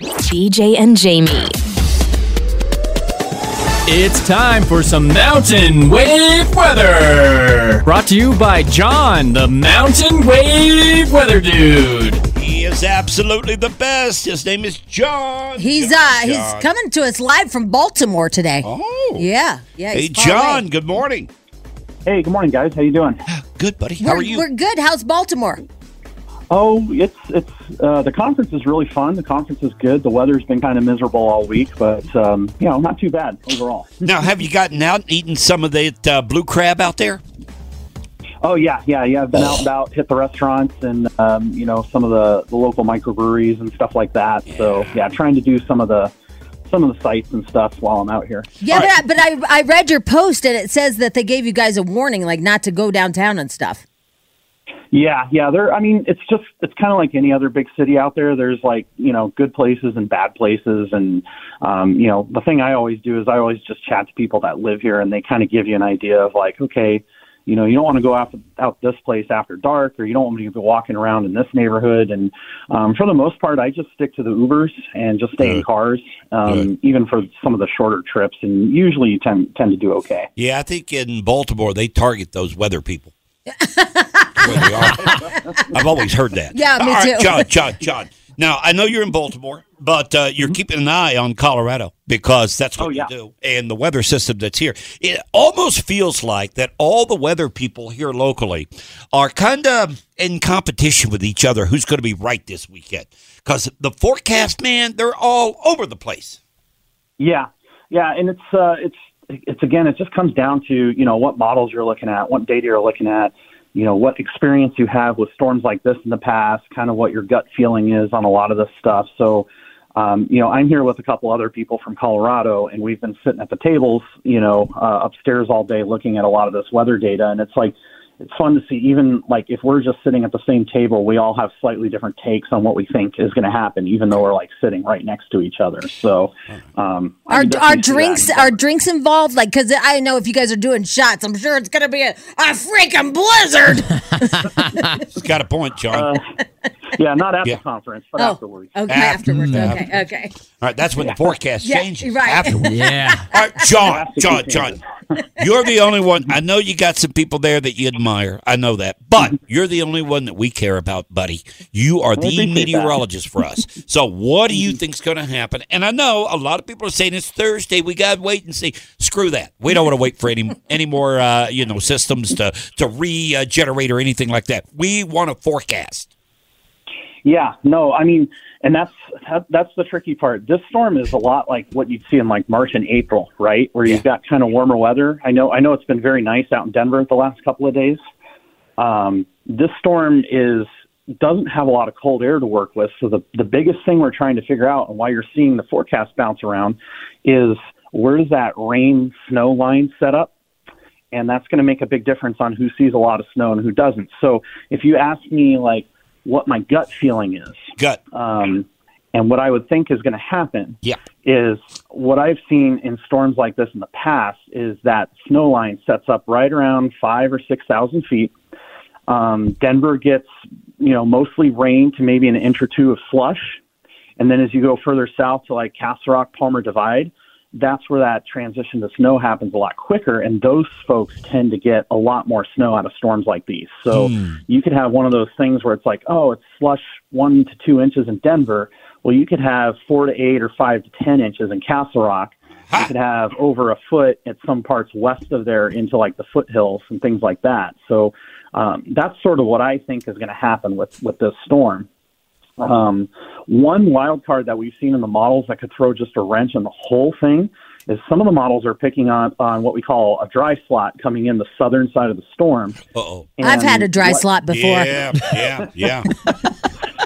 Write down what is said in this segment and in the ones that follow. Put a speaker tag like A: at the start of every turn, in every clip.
A: BJ and Jamie.
B: It's time for some mountain wave weather. Brought to you by John, the mountain wave weather dude.
C: He is absolutely the best. His name is John.
D: He's uh he's coming to us live from Baltimore today.
C: Oh.
D: Yeah, yeah.
C: Hey,
D: he's far away.
C: John. Good morning.
E: Hey, good morning, guys. How you doing?
C: Good, buddy. How
D: We're,
C: are you?
D: we're good. How's Baltimore?
E: Oh, it's it's uh, the conference is really fun. The conference is good. The weather's been kind of miserable all week, but um, you know, not too bad overall.
C: Now, have you gotten out and eaten some of that uh, blue crab out there?
E: Oh yeah, yeah, yeah. I've been out and about, hit the restaurants, and um, you know, some of the, the local microbreweries and stuff like that. So yeah, trying to do some of the some of the sites and stuff while I'm out here.
D: Yeah,
C: Uh,
D: but, I, but I I read your post and it says that they gave you guys a warning, like not to go downtown and stuff.
E: Yeah, yeah. There, I mean, it's just it's kind of like any other big city out there. There's like you know good places and bad places, and um, you know the thing I always do is I always just chat to people that live here, and they kind of give you an idea of like, okay, you know, you don't want to go out out this place after dark, or you don't want to be walking around in this neighborhood. And um, for the most part, I just stick to the Ubers and just stay in cars, um, even for some of the shorter trips, and usually you tend tend to do okay.
C: Yeah, I think in Baltimore they target those weather people. Where they are. I've always heard that.
D: Yeah, me
C: All right,
D: too.
C: Uh, John, John, John. Now I know you're in Baltimore, but uh,
D: Mm-hmm.
C: you're keeping an eye on Colorado because that's what
E: Oh, yeah.
C: you do, and the weather system that's here. It almost feels like that all the weather people here locally are kind of in competition with each other. Who's going to be right this weekend? Because the forecast, man, they're all over the place.
E: Yeah, yeah, and it's uh, it's it's again, it just comes down to you know what models you're looking at, what data you're looking at, you know what experience you have with storms like this in the past, kind of what your gut feeling is on a lot of this stuff. So. Um, you know, I'm here with a couple other people from Colorado, and we've been sitting at the tables, you know, uh, upstairs all day looking at a lot of this weather data. And it's like, it's fun to see, even like if we're just sitting at the same table, we all have slightly different takes on what we think is going to happen, even though we're like sitting right next to each other. So, um, I
D: Are
E: can
D: are
E: definitely see that.
D: drinks are drinks involved? Like, cause I know if you guys are doing shots, I'm sure it's gonna be a, a freaking blizzard.
C: It's got a point, John.
E: Uh, Yeah, not at
C: Yeah.
E: the conference, but afterwards.
D: Oh, Okay,
C: After-
D: afterwards. Okay, okay.
C: All right, that's when the forecast
D: Yeah,
C: changes.
D: you're right.
C: Afterwards.
B: Yeah.
C: All right, John,
E: to
C: John,
E: be
C: John. You're the only one. I know you got some people there that you admire. I know that. But you're the only one that we care about, buddy. You are the
E: Mm-hmm. appreciate that. Mm-hmm.
C: meteorologist for us. So what do you think's going to happen? And I know a lot of people are saying it's Thursday. We got to wait and see. Screw that. We don't want to wait for any any more uh, you know, systems to to regenerate or anything like that. We want a forecast.
E: Yeah, no, I mean, and that's that, that's the tricky part. This storm is a lot like what you'd see in like March and April, right? Where you've got kind of warmer weather. I know, I know, it's been very nice out in Denver the last couple of days. Um, this storm is doesn't have a lot of cold air to work with. So the the biggest thing we're trying to figure out, and why you're seeing the forecast bounce around, is where's that rain snow line set up? and that's going to make a big difference on who sees a lot of snow and who doesn't. So if you ask me like what my gut feeling is
C: Gut.
E: um, and what I would think is going to happen
C: Yeah.
E: is what I've seen in storms like this in the past is that snow line sets up right around five or six thousand feet. Um, Denver gets you know mostly rain to maybe an inch or two of slush, and then as you go further south to like Castle Rock Palmer Divide, that's where that transition to snow happens a lot quicker, and those folks tend to get a lot more snow out of storms like these. So you could have one of those things where it's like, oh, it's slush one to two inches in Denver. Well, you could have four to eight or five to ten inches in Castle Rock. You could have over a foot at some parts west of there into like the foothills and things like that. So um, that's sort of what I think is going to happen with with this storm. Um, one wild card that we've seen in the models that could throw just a wrench in the whole thing is some of the models are picking on, on what we call a dry slot coming in the southern side of the storm.
C: Uh oh.
D: I've had a
E: And
D: dry
E: what-
D: slot before.
C: Yeah, yeah, yeah.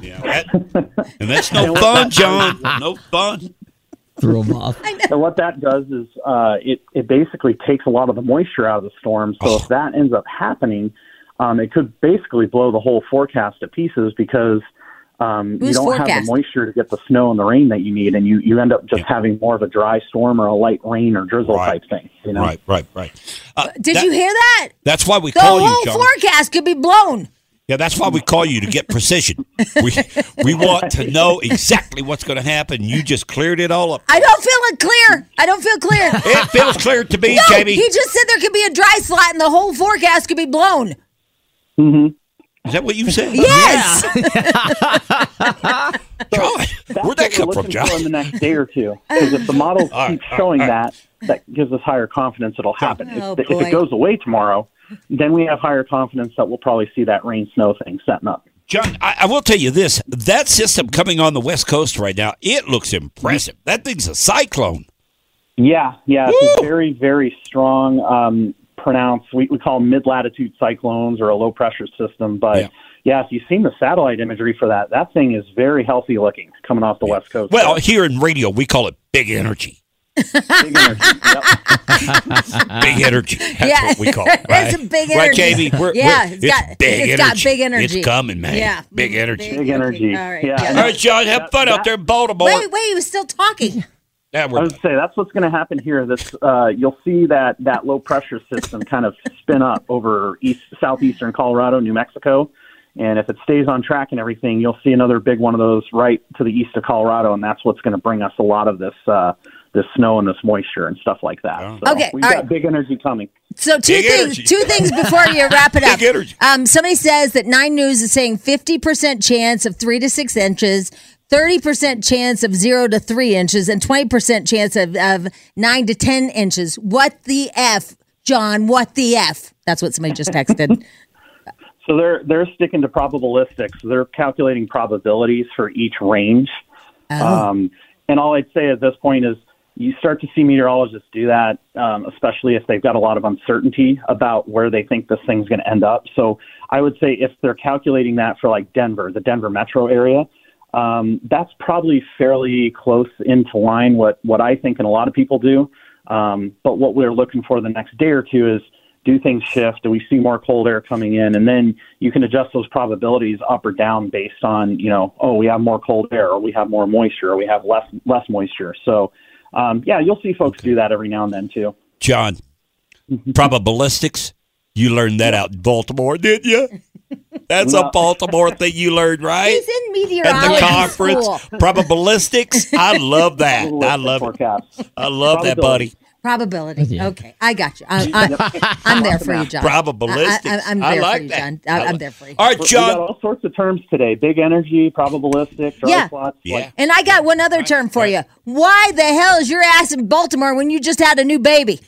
C: yeah that- and that's no fun, John. No fun.
F: Threw them off.
E: And what that does is uh, it, it basically takes a lot of the moisture out of the storm. So
C: Oh.
E: if that ends up happening, um, it could basically blow the whole forecast to pieces because um, you
D: Whose
E: don't have
D: forecast?
E: the moisture to get the snow and the rain that you need, and you, you end up just having more of a dry storm or a light rain or drizzle
C: Right.
E: type thing. You know?
C: Right, right, right. Uh,
D: Did
C: that-
D: you hear that?
C: That's why we
D: The
C: call
D: whole
C: you, John.
D: forecast could be blown.
C: Yeah, that's why we call you to get precision. We we want to know exactly what's going to happen. You just cleared it all up.
D: I don't feel it clear. I don't feel clear.
C: It feels clear to me,
D: no,
C: Jamie.
D: he just said there could be a dry slot and the whole forecast could be blown.
C: Is that what you said?
D: Yes.
C: John,
E: That's
C: where'd that
E: what we're
C: come from,
E: looking
C: John?
E: for in the next day or two. Because if the model
C: All right,
E: keeps
C: all right,
E: showing
C: all right.
E: that, that gives us higher confidence it'll happen.
D: Oh,
E: if, if
D: boy.
E: it goes away tomorrow, then we have higher confidence that we'll probably see that rain snow thing setting up.
C: John, I, I will tell you this: that system coming on the west coast right now, it looks impressive. That thing's a cyclone.
E: Yeah, yeah, it's a very, very strong, um, pronounced. We, we call them mid latitude cyclones or a low pressure system. But
C: Yeah.
E: yeah. if you've seen the satellite imagery for that, that thing is very healthy looking coming off the west coast.
C: Well, here in radio, we call it big energy.
E: Big energy. Yep.
C: Big energy. That's
D: Ah. Yeah.
C: what we call it.
D: It's
C: Right?
D: a big
C: Right,
D: energy.
C: Jamie? We're,
D: Yeah,
C: we're-
D: it's got-
C: big energy.
D: it's got big energy.
C: It's coming, man.
D: Yeah.
C: Big energy.
E: Big energy.
D: All right,
E: Yeah.
D: yeah.
E: and
C: All right, John, have fun out there in Baltimore.
D: Wait, wait, he was still talking.
C: Yeah,
E: I
C: we're
E: would say that's what's going to happen here. This uh, you'll see that that low pressure system kind of spin up over east southeastern Colorado, New Mexico, and if it stays on track and everything, you'll see another big one of those right to the east of Colorado, and that's what's going to bring us a lot of this uh, this snow and this moisture and stuff like that. So
D: Okay,
E: we've
D: all
E: got
D: right.
E: big energy coming.
D: So two
C: Big
D: things.
C: energy.
D: Two things before you wrap it up.
C: Big energy.
D: Um, somebody says that Nine News is saying fifty percent chance of three to six inches, thirty percent chance of zero to three inches, and twenty percent chance of, of nine to ten inches. What the f, John? What the f? That's what somebody just texted.
E: So they're they're sticking to probabilistics. They're calculating probabilities for each range. Um, and all I'd say at this point is you start to see meteorologists do that, um, especially if they've got a lot of uncertainty about where they think this thing's going to end up. So I would say if they're calculating that for like Denver, the Denver metro area, um, that's probably fairly close into line what, what I think and a lot of people do. Um, but what we're looking for the next day or two is do things shift? Do we see more cold air coming in? And then you can adjust those probabilities up or down based on, you know, oh, we have more cold air, or we have more moisture, or we have less less moisture. So, um, yeah, you'll see folks do that every now and then too.
C: John, probabilistics, you learned that out in Baltimore, didn't you? That's a
E: No.
C: Baltimore thing you learned, right?
D: He's in
C: At
D: meteorology
C: the conference,
D: school.
C: probabilistics. I love that.
E: Little
C: I
E: list of
C: love it.
E: forecasts.
C: I love that, buddy.
D: Probability. Okay, I got you. I, I, I'm there for you, John.
C: Probabilistics.
D: I, I, I'm
C: I
D: there
C: like
D: for you,
C: that.
D: John. I,
C: I
D: I'm
C: like-
D: there for you.
C: All right,
E: We
C: John.
E: got all sorts of terms today: big energy, probabilistic, dry
D: Yeah.
E: plots. like-
C: yeah.
D: And I got one other term for you. Why the hell is your ass in Baltimore when you just had a new baby?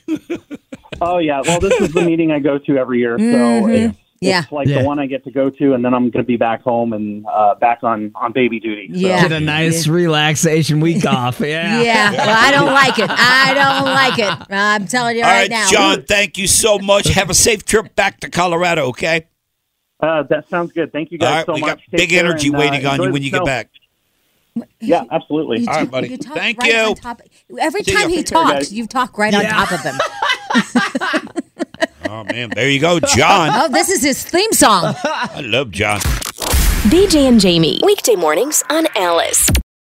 E: oh yeah. Well, this is the meeting I go to every year, so. It's,
D: Mm-hmm. Yeah.
E: it's like
F: Yeah.
E: the one I get to go to, and then I'm going to be back home and uh, back on on baby duty. So.
D: Yeah.
F: Get a nice relaxation week off. Yeah.
D: Yeah, well, I don't like it. I don't like it. I'm telling you
C: All
D: right,
C: right,
D: now.
C: John, thank you so much. Have a safe trip back to Colorado, okay?
E: Uh, that sounds good. Thank you
C: All
E: guys
C: right,
E: so
C: we
E: much.
C: got
E: Take
C: big
E: care
C: energy
E: and, uh,
C: waiting on
E: enjoy
C: you
E: the
C: when you get
E: snow.
C: back.
E: Yeah, absolutely.
C: All right, buddy.
D: You talk
C: Thank
D: right
C: you.
D: on top- Every
C: See
D: time
C: ya.
D: he
C: Take care,
D: talks,
E: guys.
D: you talk right on top of him.
C: Oh man, there you go, John.
D: Oh, this is his theme song.
C: I love John.
A: BJ and Jamie. Weekday mornings on Alice.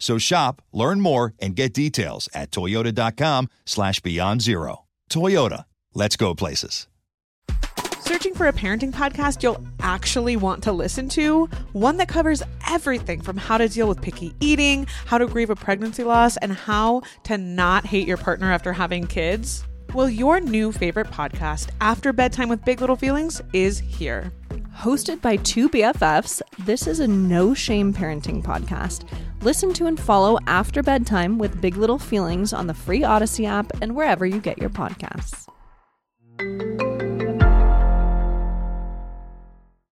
G: So shop, learn more, and get details at toyota.com slash beyond zero. Toyota, let's go places.
H: Searching for a parenting podcast you'll actually want to listen to, one that covers everything from how to deal with picky eating, how to grieve a pregnancy loss, and how to not hate your partner after having kids. Well, your new favorite podcast, After Bedtime with Big Little Feelings, is here.
I: Hosted by two BFFs, this is a no shame parenting podcast. Listen to and follow After Bedtime with Big Little Feelings on the free Odyssey app and wherever you get your podcasts.